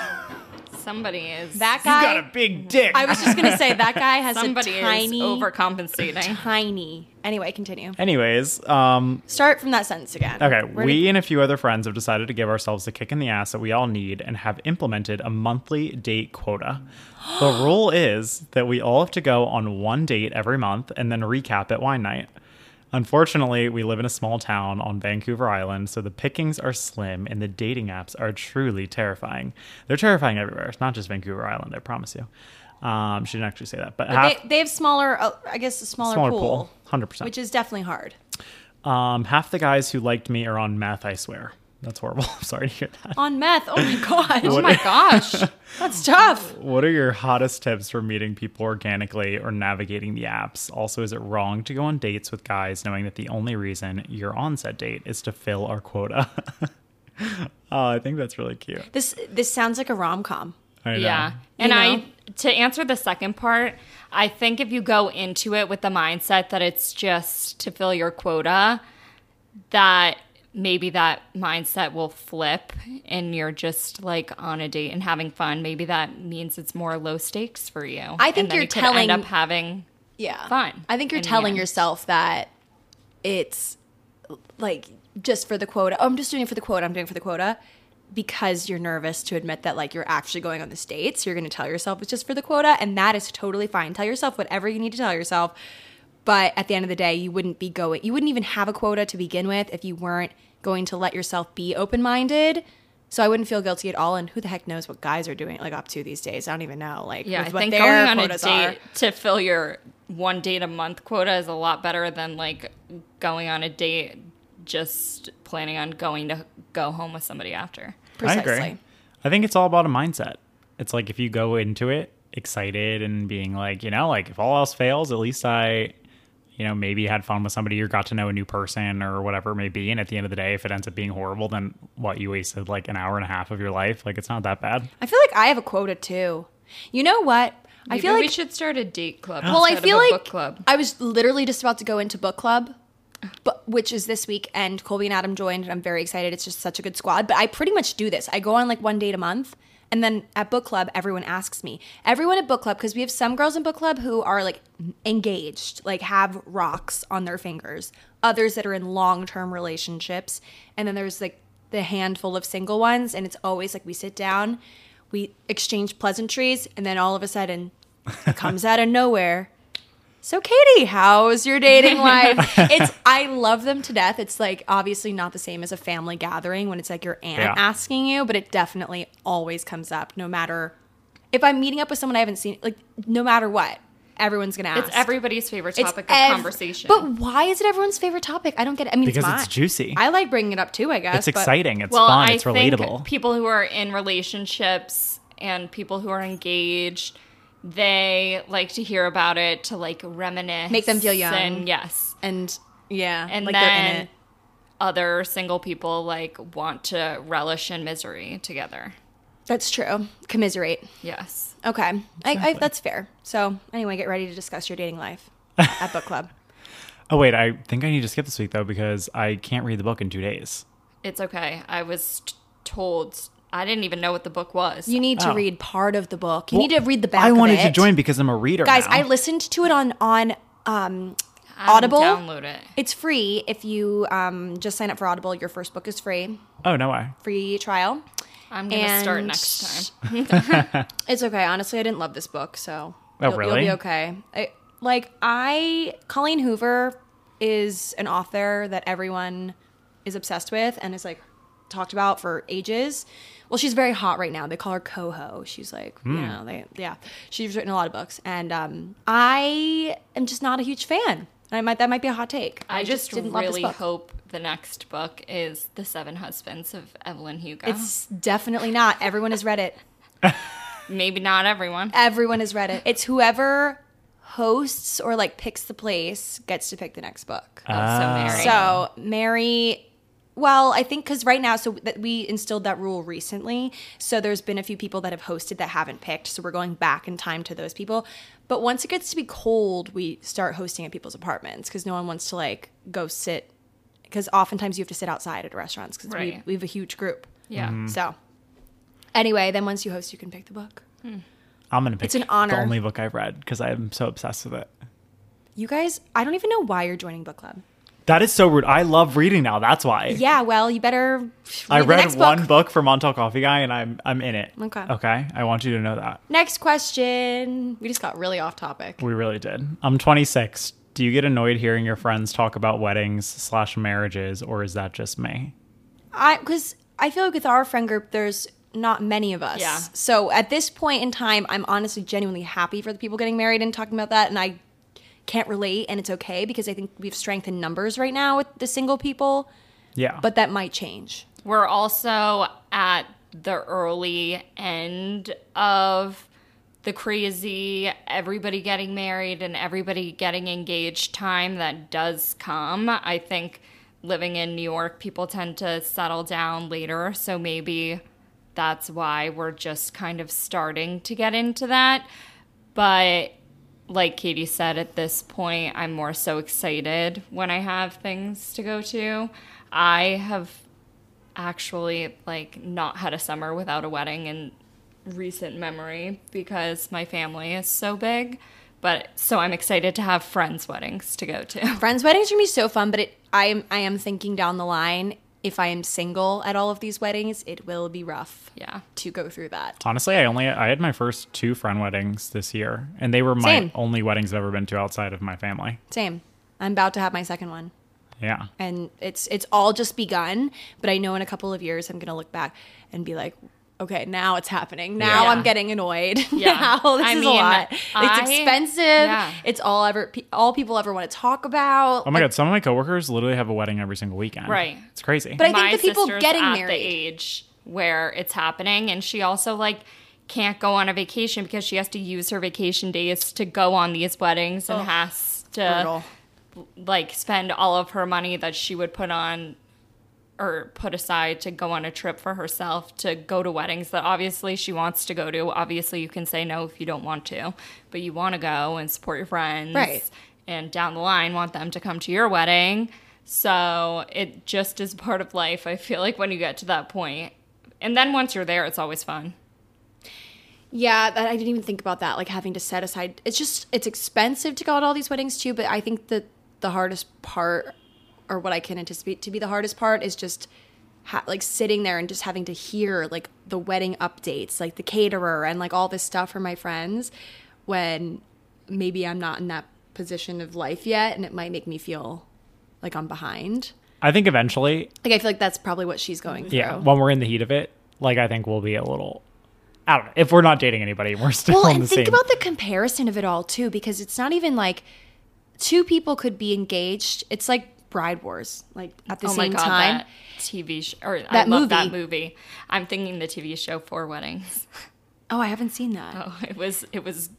Speaker 2: Somebody is.
Speaker 5: that guy
Speaker 1: got a big dick.
Speaker 5: I was just gonna say that [laughs] guy has
Speaker 2: somebody
Speaker 5: a tiny
Speaker 2: is overcompensating.
Speaker 5: tiny. Anyway, continue.
Speaker 1: Anyways, um,
Speaker 5: Start from that sentence again.
Speaker 1: Okay,
Speaker 5: Where
Speaker 1: we
Speaker 5: did-
Speaker 1: and a few other friends have decided to give ourselves the kick in the ass that we all need and have implemented a monthly date quota. the rule is that we all have to go on one date every month and then recap at wine night. Unfortunately, we live in a small town on Vancouver Island, so the pickings are slim and the dating apps are truly terrifying. They're terrifying everywhere. It's not just Vancouver Island, I promise you. Um, she didn't actually say that, but, half,
Speaker 5: they, they have smaller uh, I guess a smaller,
Speaker 1: smaller
Speaker 5: pool,
Speaker 1: pool, hundred percent.
Speaker 5: which is definitely hard.
Speaker 1: Um, half the guys who liked me are on meth. I swear, that's horrible. [laughs] I'm sorry to hear that.
Speaker 5: On meth. Oh my [laughs] god.
Speaker 2: Oh my
Speaker 1: [laughs]
Speaker 2: gosh.
Speaker 5: That's tough.
Speaker 1: What are your hottest tips for meeting people organically or navigating the apps? Also, is it wrong to go on dates with guys knowing that the only reason you're on said date is to fill our quota? [laughs] oh, I think that's really cute.
Speaker 5: This this sounds like a rom com.
Speaker 1: I know.
Speaker 2: Yeah. And
Speaker 5: You know?
Speaker 2: I to answer the second part, I think if you go into it with the mindset that it's just to fill your quota, that maybe that mindset will flip and you're just like on a date and having fun. Maybe that means it's more low stakes for you.
Speaker 5: I think
Speaker 2: And then
Speaker 5: you're
Speaker 2: you could
Speaker 5: telling-
Speaker 2: end up having
Speaker 5: Yeah.
Speaker 2: Fun
Speaker 5: I think you're
Speaker 2: in the
Speaker 5: telling
Speaker 2: end.
Speaker 5: yourself that it's like just for the quota. Oh, I'm just doing it for the quota. I'm doing it for the quota because you're nervous to admit that like you're actually going on this date. So you're going to tell yourself it's just for the quota and that is totally fine. Tell yourself whatever you need to tell yourself. But at the end of the day, you wouldn't be going you wouldn't even have a quota to begin with if you weren't going to let yourself be open-minded. So I wouldn't feel guilty at all and who the heck knows what guys are doing like up to these days. I don't even know like
Speaker 2: yeah,
Speaker 5: with
Speaker 2: I
Speaker 5: what
Speaker 2: think
Speaker 5: their
Speaker 2: going on a
Speaker 5: quotas
Speaker 2: date
Speaker 5: are.
Speaker 2: to fill your one date a month quota is a lot better than like going on a date just planning on going to go home with somebody after.
Speaker 1: I agree.
Speaker 5: Precisely.
Speaker 1: I think it's all about a mindset. It's like if you go into it excited and being like, you know, like if all else fails, at least I, you know, maybe had fun with somebody or got to know a new person or whatever it may be. And at the end of the day, if it ends up being horrible, then what you wasted like an hour and a half of your life. Like it's not that bad.
Speaker 5: I feel like I have a quota too. You know what? I
Speaker 2: Maybe
Speaker 5: feel like
Speaker 2: we should start a date club.
Speaker 5: well, I
Speaker 2: instead of
Speaker 5: feel
Speaker 2: a
Speaker 5: like
Speaker 2: book club.
Speaker 5: I was literally just about to go into book club, but which is this week, and Colby and Adam joined, and I'm very excited. It's just such a good squad. But I pretty much do this. I go on like one date a month, And then at book club, everyone asks me. Everyone at book club, because we have some girls in book club who are like engaged, like have rocks on their fingers, others that are in long term relationships. And then there's like the handful of single ones. And it's always like we sit down, we exchange pleasantries, and then all of a sudden it comes out of nowhere. So Katie, how's your
Speaker 1: [laughs]
Speaker 5: dating life? it's I love them to death. It's like obviously not the same as a family gathering when it's like your aunt
Speaker 1: Yeah.
Speaker 5: asking you, but it definitely always comes up no matter if I'm meeting up with someone I haven't seen like no matter what, everyone's going to ask.
Speaker 2: It's everybody's favorite
Speaker 5: It's
Speaker 2: topic of
Speaker 5: ev-
Speaker 2: conversation.
Speaker 5: But why is it everyone's favorite topic? I don't get it. I mean,
Speaker 1: Because
Speaker 5: it's,
Speaker 1: it's
Speaker 5: mine.
Speaker 1: juicy.
Speaker 5: I like bringing it up too, I guess.
Speaker 1: It's
Speaker 5: but-
Speaker 1: exciting. It's
Speaker 2: well,
Speaker 1: fun.
Speaker 2: I
Speaker 1: it's
Speaker 2: think
Speaker 1: relatable.
Speaker 2: people who are in relationships and people who are engaged, they like to hear about it to like reminisce,
Speaker 5: Make them feel young.
Speaker 2: and yes,
Speaker 5: And yeah,
Speaker 2: and
Speaker 5: like they're in
Speaker 2: then
Speaker 5: it.
Speaker 2: other single people like want to relish in misery together.
Speaker 5: That's true. Commiserate.
Speaker 2: Yes.
Speaker 5: Okay, I, I, that's fair. So anyway, get ready to discuss your
Speaker 1: [laughs]
Speaker 5: dating life at book club.
Speaker 1: oh wait, I think I need to skip this week though because I can't read the book in two days.
Speaker 2: It's okay. I was t- told I didn't even know what the book was.
Speaker 5: You need to
Speaker 1: Oh.
Speaker 5: read part of the book. You
Speaker 1: Well,
Speaker 5: need to read the back.
Speaker 1: I
Speaker 5: of
Speaker 1: wanted to
Speaker 5: it.
Speaker 1: join because I'm a reader.
Speaker 5: guys.
Speaker 1: now.
Speaker 5: I listened to it on on um,
Speaker 2: I didn't
Speaker 5: Audible.
Speaker 2: download it.
Speaker 5: It's free if you um, just sign up for Audible. Your first book is free,
Speaker 1: oh no, I.
Speaker 5: free trial.
Speaker 2: I'm gonna start
Speaker 5: And-
Speaker 2: next time.
Speaker 5: It's okay. Honestly, I didn't love this book, so
Speaker 1: Oh,
Speaker 5: you'll,
Speaker 1: really?
Speaker 5: You'll be okay. I, like I, Colleen Hoover is an author that everyone is obsessed with and is like talked about for ages. Well, she's very hot right now. They call her Coho. She's like,
Speaker 1: Hmm.
Speaker 5: you know, they, yeah, she's written a lot of books, and um, I am just not a huge fan. I might that might be a hot take.
Speaker 2: I just,
Speaker 5: didn't love this
Speaker 2: really
Speaker 5: book.
Speaker 2: hope the next book is The Seven Husbands of Evelyn Hugo.
Speaker 5: It's definitely not. Everyone has read it.
Speaker 2: Maybe not everyone.
Speaker 5: Everyone has read it. It's whoever hosts or like picks the place gets to pick the next book.
Speaker 2: Oh, so Mary.
Speaker 5: So Mary, well, I think because right now, so that we instilled that rule recently. So there's been a few people that have hosted that haven't picked. So we're going back in time to those people. But once it gets to be cold, we start hosting at people's apartments because no one wants to like go sit. Because oftentimes you have to sit outside at restaurants because we,
Speaker 2: Right.
Speaker 5: we have a huge group.
Speaker 2: yeah.
Speaker 5: So anyway, then once you host, you can pick the book.
Speaker 1: I'm gonna pick.
Speaker 5: It's an honor.
Speaker 1: The only book I've read because I'm so obsessed with it.
Speaker 5: You guys, I don't even know why you're joining book club.
Speaker 1: That is so rude. I love reading now. That's why.
Speaker 5: Yeah, well, you better. Read
Speaker 1: I
Speaker 5: the
Speaker 1: read
Speaker 5: next
Speaker 1: one
Speaker 5: Book.
Speaker 1: book. for Montauk Coffee Guy, and I'm I'm in it.
Speaker 5: Okay.
Speaker 1: Okay. I want you to know that
Speaker 5: Next question. We just got really off topic.
Speaker 1: we really did. I'm 26. Do you get annoyed hearing your friends talk about weddings slash marriages, or is that just me?
Speaker 5: I because I feel like with our friend group, there's not many of us.
Speaker 2: Yeah.
Speaker 5: So at this point in time, I'm honestly genuinely happy for the people getting married and talking about that, and I can't relate, and it's okay because I think we've strength in numbers right now with the single people,
Speaker 1: Yeah.
Speaker 5: but that might change.
Speaker 2: We're also at the early end of the crazy everybody getting married and everybody getting engaged time that does come. I think living in New York, people tend to settle down later. So maybe that's why we're just kind of starting to get into that. But like Katie said, at this point, I'm more so excited when I have things to go to. I have actually like not had a summer without a wedding in recent memory because my family is so big. But so I'm excited to have friends' weddings to go to. [laughs]
Speaker 5: Friends' weddings are gonna be so fun, but it, I am I am thinking down the line if I am single at all of these weddings, it will be rough.
Speaker 2: Yeah.
Speaker 5: To go through that.
Speaker 1: Honestly, I only I had my first two friend weddings this year, and they were my
Speaker 5: Same.
Speaker 1: only weddings I've ever been to outside of my family.
Speaker 5: Same. I'm about to have my second one.
Speaker 1: Yeah.
Speaker 5: and it's it's all just begun but i know in a couple of years i'm gonna look back and be like okay now it's happening now
Speaker 2: Yeah.
Speaker 5: i'm getting annoyed [laughs]
Speaker 2: Yeah.
Speaker 5: now this
Speaker 2: I
Speaker 5: is a
Speaker 2: mean,
Speaker 5: lot it's
Speaker 2: I-
Speaker 5: expensive
Speaker 2: yeah.
Speaker 5: it's all ever pe- all people ever want to talk about
Speaker 1: Oh my god, some of my coworkers literally have a wedding every single weekend.
Speaker 2: Right.
Speaker 1: It's crazy.
Speaker 5: But I think
Speaker 2: my
Speaker 5: the people
Speaker 2: sister's
Speaker 5: getting
Speaker 2: at
Speaker 5: married-
Speaker 2: the age where it's happening, and she also like can't go on a vacation because she has to use her vacation days to go on these weddings and has to
Speaker 5: Brutal.
Speaker 2: like spend all of her money that she would put on or put aside to go on a trip for herself to go to weddings that obviously she wants to go to. Obviously, you can say no if you don't want to, but you want to go and support your friends.
Speaker 5: Right.
Speaker 2: And down the line, want them to come to your wedding. So it just is part of life. I feel like when you get to that point, and then once you're there, it's always fun.
Speaker 5: Yeah, that, I didn't even think about that. Like having to set aside. It's just it's expensive to go to all these weddings too. But I think that the hardest part, or what I can anticipate to be the hardest part, is just ha- like sitting there and just having to hear like the wedding updates, like the caterer and like all this stuff from my friends. When maybe I'm not in that position of life yet, and it might make me feel like I'm behind.
Speaker 1: I think eventually,
Speaker 5: Like I feel like that's probably what she's going through.
Speaker 1: yeah, when we're in the heat of it, like I think we'll be a little. I don't know if we're not dating anybody, we're [laughs] still
Speaker 5: Well,
Speaker 1: on
Speaker 5: and
Speaker 1: the
Speaker 5: think
Speaker 1: same.
Speaker 5: about the comparison of it all too, because it's not even like two people could be engaged. It's like bride wars, like at the
Speaker 2: oh my
Speaker 5: same
Speaker 2: god,
Speaker 5: time.
Speaker 2: that TV show or I
Speaker 5: That
Speaker 2: love that
Speaker 5: movie.
Speaker 2: movie. I'm thinking the TV show Four Weddings.
Speaker 5: Oh, I haven't seen that.
Speaker 2: Oh, it was it was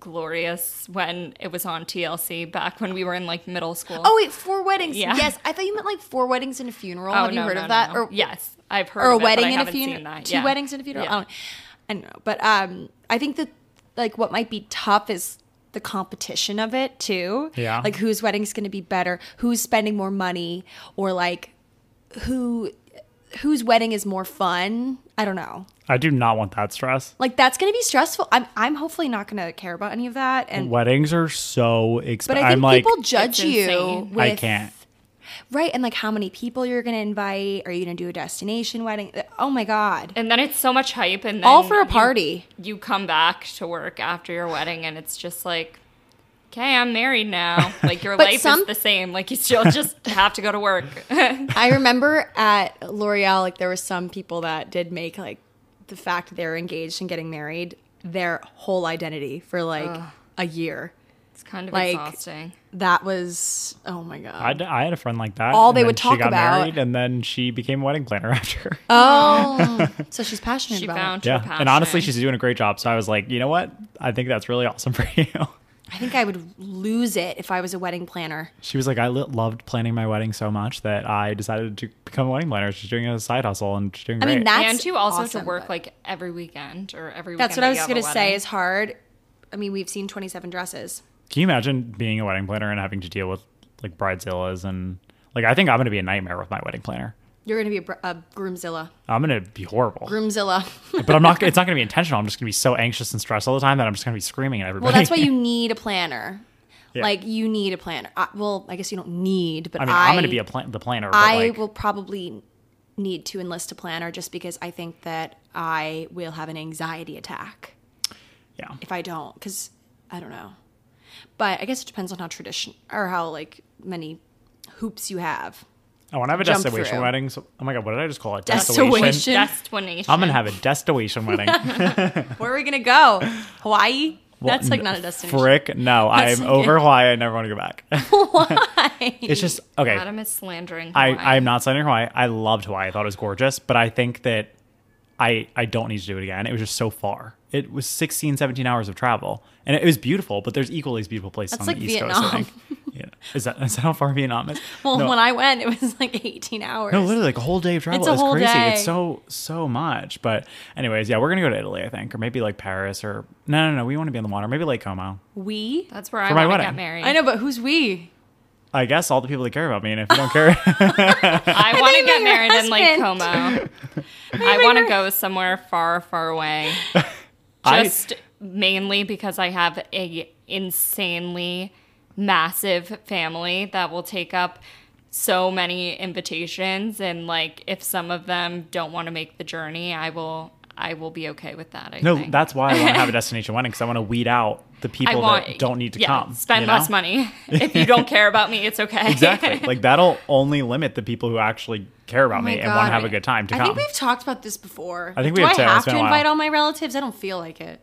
Speaker 2: glorious when it was on TLC back when we were in like middle school.
Speaker 5: Oh wait, four weddings.
Speaker 2: Yeah.
Speaker 5: Yes, I thought you meant like four weddings and a funeral.
Speaker 2: Oh,
Speaker 5: Have you
Speaker 2: no,
Speaker 5: heard
Speaker 2: no,
Speaker 5: of that?
Speaker 2: no.
Speaker 5: Or
Speaker 2: yes, I've heard
Speaker 5: or a
Speaker 2: of it, but
Speaker 5: wedding
Speaker 2: I
Speaker 5: and a
Speaker 2: haven't seen
Speaker 5: funeral.
Speaker 2: that.
Speaker 5: Two
Speaker 2: Yeah.
Speaker 5: weddings and a funeral.
Speaker 2: Yeah.
Speaker 5: Oh. I, don't, I don't know, but um, I think that like what might be tough is the competition of it too.
Speaker 1: Yeah.
Speaker 5: like whose wedding's going to be better, who's spending more money, or like who whose wedding is more fun. I don't know.
Speaker 1: I do not want that stress.
Speaker 5: Like that's going to be stressful. I'm I'm hopefully not going to care about any of that. And
Speaker 1: Weddings are so
Speaker 5: but I
Speaker 1: expensive.
Speaker 5: think
Speaker 1: I'm like,
Speaker 5: people judge
Speaker 2: It's
Speaker 5: you.
Speaker 2: insane.
Speaker 5: With,
Speaker 1: I can't.
Speaker 5: Right, and like how many people you're going to invite? Are you going to do a destination wedding? Oh my god.
Speaker 2: And then it's so much hype, and then
Speaker 5: All for a
Speaker 2: you-
Speaker 5: party.
Speaker 2: You, come back to work after your wedding, and it's just like, okay, I'm married
Speaker 5: [laughs]
Speaker 2: now. Like your
Speaker 5: But
Speaker 2: life
Speaker 5: some-
Speaker 2: is the same. Like you still just
Speaker 5: [laughs]
Speaker 2: have to go to work. [laughs]
Speaker 5: I remember at L'Oreal, like there were some people that did make like the fact they're engaged and getting married their whole identity for like a year.
Speaker 2: it's kind of
Speaker 5: Like-
Speaker 2: exhausting.
Speaker 5: That was oh my god.
Speaker 1: I, d- I had a friend like that.
Speaker 5: All
Speaker 1: and
Speaker 5: they
Speaker 1: then
Speaker 5: would
Speaker 1: she
Speaker 5: talk
Speaker 1: got
Speaker 5: about-
Speaker 1: married, and then she became a wedding planner [laughs] after.
Speaker 5: oh, so she's passionate
Speaker 2: She
Speaker 5: about.
Speaker 2: found her
Speaker 1: yeah,
Speaker 2: passion.
Speaker 1: and honestly, she's doing a great job. So I was like, you know what? I think that's really awesome [laughs] for you.
Speaker 5: it. I think I would lose it if I was a wedding planner.
Speaker 1: She was like, I li- loved planning my wedding so much that I decided to become a wedding planner. She's doing a side hustle and she's doing
Speaker 5: I
Speaker 1: great.
Speaker 5: mean, that's
Speaker 2: and you also
Speaker 5: awesome,
Speaker 2: to work
Speaker 5: but-
Speaker 2: like every weekend or every.
Speaker 5: That's
Speaker 2: weekend
Speaker 5: what I
Speaker 2: that
Speaker 5: was
Speaker 2: you have a
Speaker 5: gonna say
Speaker 2: wedding.
Speaker 5: is hard. I mean, we've seen twenty-seven dresses.
Speaker 1: Can you imagine being a wedding planner and having to deal with like bridezillas and like I think I'm gonna be a nightmare with my wedding planner.
Speaker 5: You're gonna be a, br- a groomzilla.
Speaker 1: I'm gonna be horrible,
Speaker 5: Groomzilla.
Speaker 1: but I'm not. It's not gonna be intentional. I'm just gonna be so anxious and stressed all the time that I'm just gonna be screaming at everybody.
Speaker 5: Well, that's why you need a planner.
Speaker 1: Yeah.
Speaker 5: Like you need a planner. I, well, I guess you don't need,
Speaker 1: [laughs]
Speaker 5: but
Speaker 1: I
Speaker 5: I
Speaker 1: mean, I, am gonna be a plan- the planner. But
Speaker 5: I
Speaker 1: like,
Speaker 5: will probably need to enlist a planner just because I think that I will have an anxiety attack
Speaker 1: yeah.
Speaker 5: if I don't. Because I don't know, but I guess it depends on how tradition or how like many hoops you have.
Speaker 1: I want to have a
Speaker 5: jump
Speaker 1: destination
Speaker 5: through.
Speaker 1: wedding. So, oh my god, what did I just call it?
Speaker 5: Destination.
Speaker 2: Destination.
Speaker 1: I'm gonna have a destination
Speaker 5: [laughs]
Speaker 1: wedding.
Speaker 5: Where are we
Speaker 1: [laughs]
Speaker 5: gonna go? Hawaii? That's like
Speaker 1: n-
Speaker 5: not a destination.
Speaker 1: Frick, no.
Speaker 5: That's
Speaker 1: I'm
Speaker 5: like
Speaker 1: over Hawaii. I never want to go back. [laughs] Why? it's just okay.
Speaker 2: Adam is slandering.
Speaker 1: I,
Speaker 2: Hawaii.
Speaker 1: I'm not slandering Hawaii. I loved Hawaii. I thought it was gorgeous, but I think that I I don't need to do it again. It was just so far. It was 16, 17 hours of travel, and it was beautiful. But there's equally as beautiful places on
Speaker 5: That's
Speaker 1: the
Speaker 5: like
Speaker 1: East Coast. I
Speaker 5: Vietnam.
Speaker 1: think.
Speaker 5: [laughs]
Speaker 1: Yeah. Is that is that how far Vietnam is? [laughs]
Speaker 5: Well,
Speaker 1: no,
Speaker 5: when I went, it was like 18 hours.
Speaker 1: no, literally like a whole day of travel.
Speaker 5: It's a
Speaker 1: It's,
Speaker 5: whole
Speaker 1: crazy.
Speaker 5: day.
Speaker 1: It's so so much. But anyways, yeah, we're gonna go to Italy, I think, or maybe like Paris, or no, no, no. We want to be on the water. Maybe Lake Como.
Speaker 5: we?
Speaker 2: That's where I
Speaker 1: for my
Speaker 2: want to get
Speaker 1: wedding. [laughs]
Speaker 2: married.
Speaker 5: I know, but who's we?
Speaker 1: I guess all the people that care about me, and if you don't
Speaker 5: [laughs]
Speaker 1: care, [laughs]
Speaker 2: I want to
Speaker 5: you meant
Speaker 2: get
Speaker 5: your
Speaker 2: married in Lake Como.
Speaker 5: husband.
Speaker 2: I want to go somewhere far, far away.
Speaker 1: [laughs] I-
Speaker 2: Just mainly because I have a insanely massive family that will take up so many invitations and like if some of them don't want to make the journey, I will I will be okay with that. I
Speaker 1: No,
Speaker 2: think.
Speaker 1: that's why I want to
Speaker 5: [laughs]
Speaker 1: have a destination wedding because I want to weed out the people that don't need to
Speaker 2: yeah,
Speaker 1: come.
Speaker 2: Spend
Speaker 1: you know?
Speaker 2: less money. [laughs] If you don't care about me, it's okay.
Speaker 5: [laughs]
Speaker 1: Exactly. like that'll only limit the people who actually care about me and want to have a good time to
Speaker 5: Oh I
Speaker 1: come.
Speaker 5: think we've talked about this before.
Speaker 1: I think we
Speaker 5: Do
Speaker 1: have too.
Speaker 5: I
Speaker 1: It's
Speaker 5: have
Speaker 1: been
Speaker 5: to
Speaker 1: a while.
Speaker 5: invite all my relatives? I don't feel like it.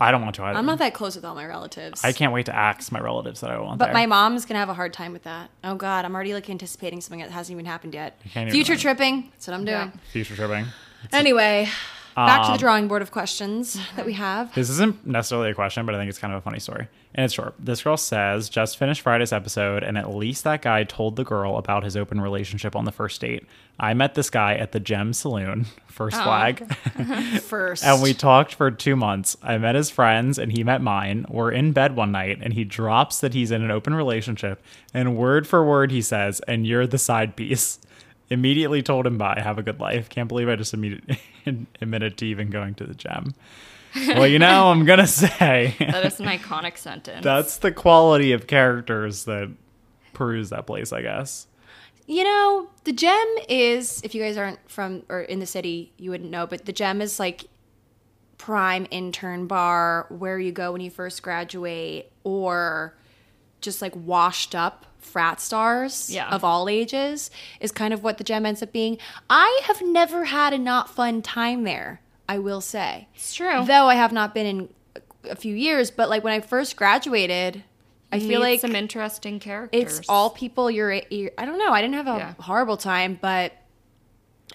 Speaker 1: I don't want to either.
Speaker 5: I'm not that close with all my relatives.
Speaker 1: I can't wait to ask my relatives that I want
Speaker 5: But
Speaker 1: there.
Speaker 5: my mom's gonna have a hard time with that. Oh God, I'm already like anticipating something that hasn't even happened yet.
Speaker 1: can't even
Speaker 5: Future
Speaker 1: imagine.
Speaker 5: tripping. That's what I'm doing.
Speaker 1: Future tripping.
Speaker 5: Anyway, back to the
Speaker 1: Um,
Speaker 5: drawing board of questions that we
Speaker 1: [laughs]
Speaker 5: have.
Speaker 1: This isn't necessarily a question, but I think it's kind of a funny story. And it's short. This girl says, just finished Friday's episode, and at least that guy told the girl about his open relationship on the first date. I met this guy at the Gem Saloon,
Speaker 5: Oh,
Speaker 1: first flag.
Speaker 5: First,
Speaker 1: And we talked for two months. I met his friends and he met mine. We're in bed one night and he drops that he's in an open relationship. And word for word, he says, And you're the side piece. Immediately [laughs] told him bye. Have a good life. Can't believe I just immediately admitted to even going to the gym. well, you know, I'm gonna [laughs] say
Speaker 2: That is an iconic sentence.
Speaker 1: that's the quality of characters that peruse that place. I guess.
Speaker 5: You know, the gem is, if you guys aren't from or in the city, you wouldn't know, but the gem is like prime intern bar where you go when you first graduate or just like washed up frat stars
Speaker 2: Yeah.
Speaker 5: of all ages is kind of what the gem ends up being. I have never had a not fun time there, I will say.
Speaker 2: it's true.
Speaker 5: Though I have not been in a few years, but like when I first graduated, I
Speaker 2: You
Speaker 5: feel
Speaker 2: meet
Speaker 5: like
Speaker 2: some interesting characters.
Speaker 5: it's all people your your- I don't know. I didn't have a
Speaker 2: Yeah.
Speaker 5: horrible time, but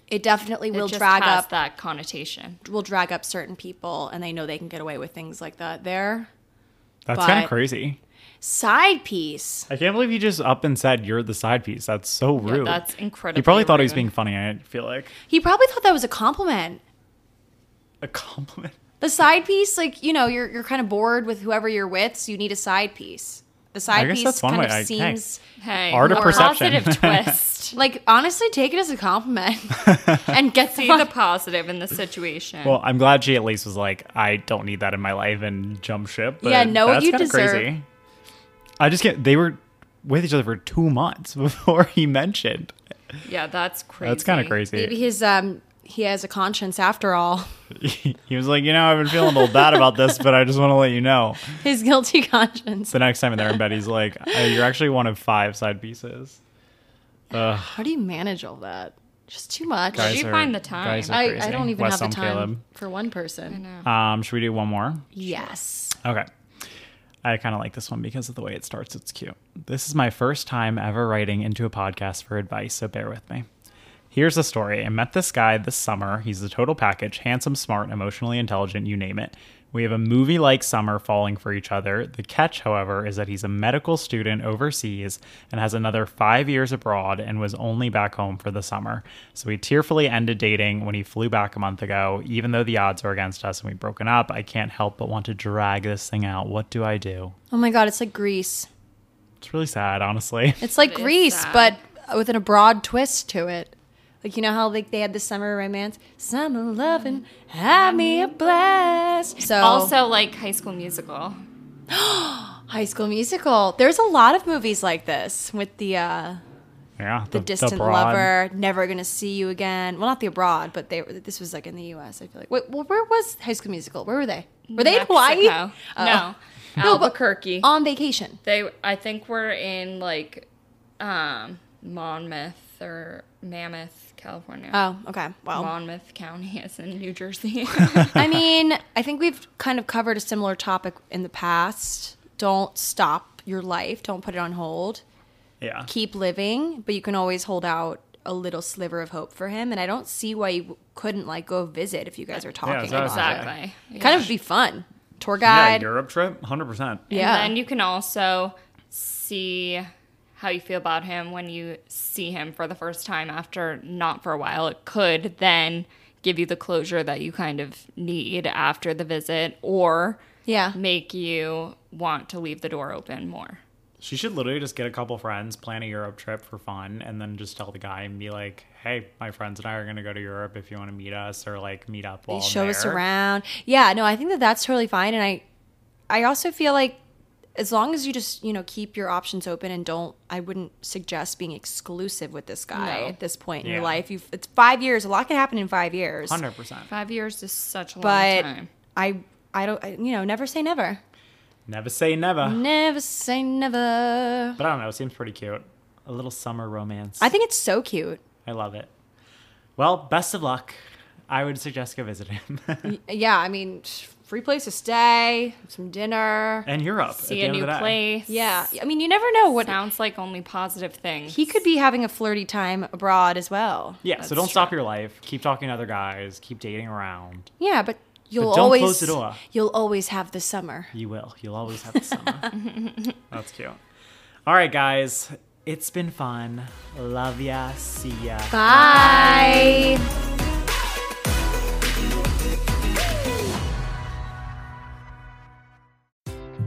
Speaker 5: it definitely
Speaker 2: it
Speaker 5: will
Speaker 2: just
Speaker 5: drag
Speaker 2: has
Speaker 5: up
Speaker 2: that connotation.
Speaker 5: will drag up certain people, and they know they can get away with things like that. There,
Speaker 1: That's kind
Speaker 5: But-
Speaker 1: of crazy.
Speaker 5: side piece.
Speaker 1: I can't believe you just up and said you're the side piece. That's so
Speaker 2: Yeah,
Speaker 1: rude.
Speaker 2: that's incredible.
Speaker 1: you probably thought he was being funny. I feel like
Speaker 5: He probably thought that was a compliment.
Speaker 1: a compliment.
Speaker 5: The side piece, like you know, you're you're kind of bored with whoever you're with, so you need a side piece. The
Speaker 1: I
Speaker 5: side
Speaker 1: guess
Speaker 5: piece
Speaker 1: that's one
Speaker 5: kind
Speaker 1: way
Speaker 5: of
Speaker 1: I- hey.
Speaker 5: seems
Speaker 2: hey,
Speaker 1: Art of
Speaker 2: more
Speaker 1: perception. [laughs]
Speaker 2: positive twist.
Speaker 5: [laughs] like honestly, take it as a compliment and get
Speaker 2: See [laughs]
Speaker 5: fuck-
Speaker 2: the positive in the situation.
Speaker 1: Well, I'm glad she at least was like, I don't need that in my life and jump ship. But
Speaker 5: Yeah, know what
Speaker 1: that's
Speaker 5: you
Speaker 1: kinda
Speaker 5: deserve.
Speaker 1: Crazy. I just get they were with each other for two months [laughs] before he mentioned.
Speaker 2: yeah, that's crazy.
Speaker 1: That's kind of
Speaker 5: Maybe
Speaker 1: crazy.
Speaker 5: his um he has a conscience after all. [laughs]
Speaker 1: [laughs] he was like, you know, I've been feeling a little bad about this, but I just want to let you know.
Speaker 5: His guilty conscience.
Speaker 1: The next time in there, and Betty's like, "Oh, you're actually one of five side pieces. Ugh,
Speaker 5: How do you manage all that? Just too much.
Speaker 1: guys
Speaker 2: you
Speaker 1: are-
Speaker 2: find the time?
Speaker 1: guys are
Speaker 5: I,
Speaker 1: crazy.
Speaker 5: I don't even
Speaker 1: West
Speaker 5: have the
Speaker 1: Elm,
Speaker 5: time
Speaker 1: Caleb.
Speaker 5: for one person.
Speaker 1: Um, should we do one more?
Speaker 5: Yes.
Speaker 1: Okay. I kind of like this one because of the way it starts. It's cute. This is my first time ever writing into a podcast for advice, so bear with me. Here's the story. I met this guy this summer. He's the total package handsome, smart, emotionally intelligent, you name it. We have a movie like summer falling for each other. The catch, however, is that he's a medical student overseas and has another five years abroad and was only back home for the summer. So we tearfully ended dating when he flew back a month ago. Even though the odds are against us and we've broken up, I can't help but want to drag this thing out. What do I do?
Speaker 5: Oh my god, it's like Greece.
Speaker 1: It's really sad, honestly. [laughs]
Speaker 5: It's like
Speaker 2: It is
Speaker 5: Greece,
Speaker 2: sad.
Speaker 5: but with an abroad twist to it. Like you know how like they had the summer romance, summer loving, had me a blast. So
Speaker 2: Also, like High School Musical.
Speaker 5: High School Musical. There's a lot of movies like this with the uh,
Speaker 1: Yeah,
Speaker 5: the distant
Speaker 1: broad-
Speaker 5: lover, never gonna see you again. Well, not the abroad, but they. This was like in the U.S. I feel like. Wait, well, where was High School Musical? Were they? Were they
Speaker 2: Mexico.
Speaker 5: in Hawaii?
Speaker 2: No,
Speaker 5: Oh.
Speaker 2: Albuquerque.
Speaker 5: on vacation.
Speaker 2: They, I think we're in like um, Monmouth or Mammoth, California.
Speaker 5: Oh, okay. Well,
Speaker 2: Monmouth County [laughs] is in New
Speaker 1: [laughs]
Speaker 2: Jersey.
Speaker 5: [laughs] I mean, I think we've kind of covered a similar topic in the past. Don't stop your life. Don't put it on hold.
Speaker 1: Yeah.
Speaker 5: Keep living, but you can always hold out a little sliver of hope for him. And I don't see why you couldn't like go visit if you guys are talking.
Speaker 1: so-
Speaker 5: about
Speaker 1: Exactly.
Speaker 2: exactly.
Speaker 5: It. Kind of be fun. Tour
Speaker 1: Yeah,
Speaker 5: guide.
Speaker 1: Europe trip, 100%.
Speaker 5: Yeah.
Speaker 2: And then you can also see how you feel about him when you see him for the first time after not for a while. It could then give you the closure that you kind of need after the visit or
Speaker 5: yeah.
Speaker 2: make you want to leave the door open more.
Speaker 1: She should literally just get a couple friends, plan a Europe trip for fun, and then just tell the guy and be like, "Hey, my friends and I are going to go to Europe. If you want to meet us or like meet up while I'm
Speaker 5: show us
Speaker 1: there."
Speaker 5: around. Yeah, no, I think that that's totally fine. And I, I also feel like as long as you just you know keep your options open and don't, I wouldn't suggest being exclusive with this guy
Speaker 2: No.
Speaker 5: at this point in
Speaker 1: Yeah.
Speaker 5: your life. You've it's five years. A lot can happen in five years.
Speaker 1: Hundred percent.
Speaker 2: Five years is such a long
Speaker 5: But
Speaker 2: time.
Speaker 5: I, I don't, I, you know, never say never.
Speaker 1: Never say never.
Speaker 5: Never say never.
Speaker 1: But I don't know. It seems pretty cute. A little summer romance.
Speaker 5: I think it's so cute.
Speaker 1: I love it. Well, best of luck. I would suggest go visit him [laughs]
Speaker 5: Yeah, I mean, free place to stay, some dinner.
Speaker 1: and Europe.
Speaker 2: See
Speaker 1: at
Speaker 2: a
Speaker 1: the
Speaker 2: new
Speaker 1: end of the day.
Speaker 2: place.
Speaker 5: Yeah, I mean, you never know what
Speaker 2: Sounds like only positive things.
Speaker 5: he could be having a flirty time abroad as well.
Speaker 1: Yeah. So don't stop your life. Keep talking to other guys. Keep dating around.
Speaker 5: Yeah, but you'll
Speaker 1: don't
Speaker 5: always
Speaker 1: close the door.
Speaker 5: You'll always have the summer.
Speaker 1: You will. You'll always have the summer. That's cute. All right, guys. It's been fun. Love ya. See ya.
Speaker 5: Bye.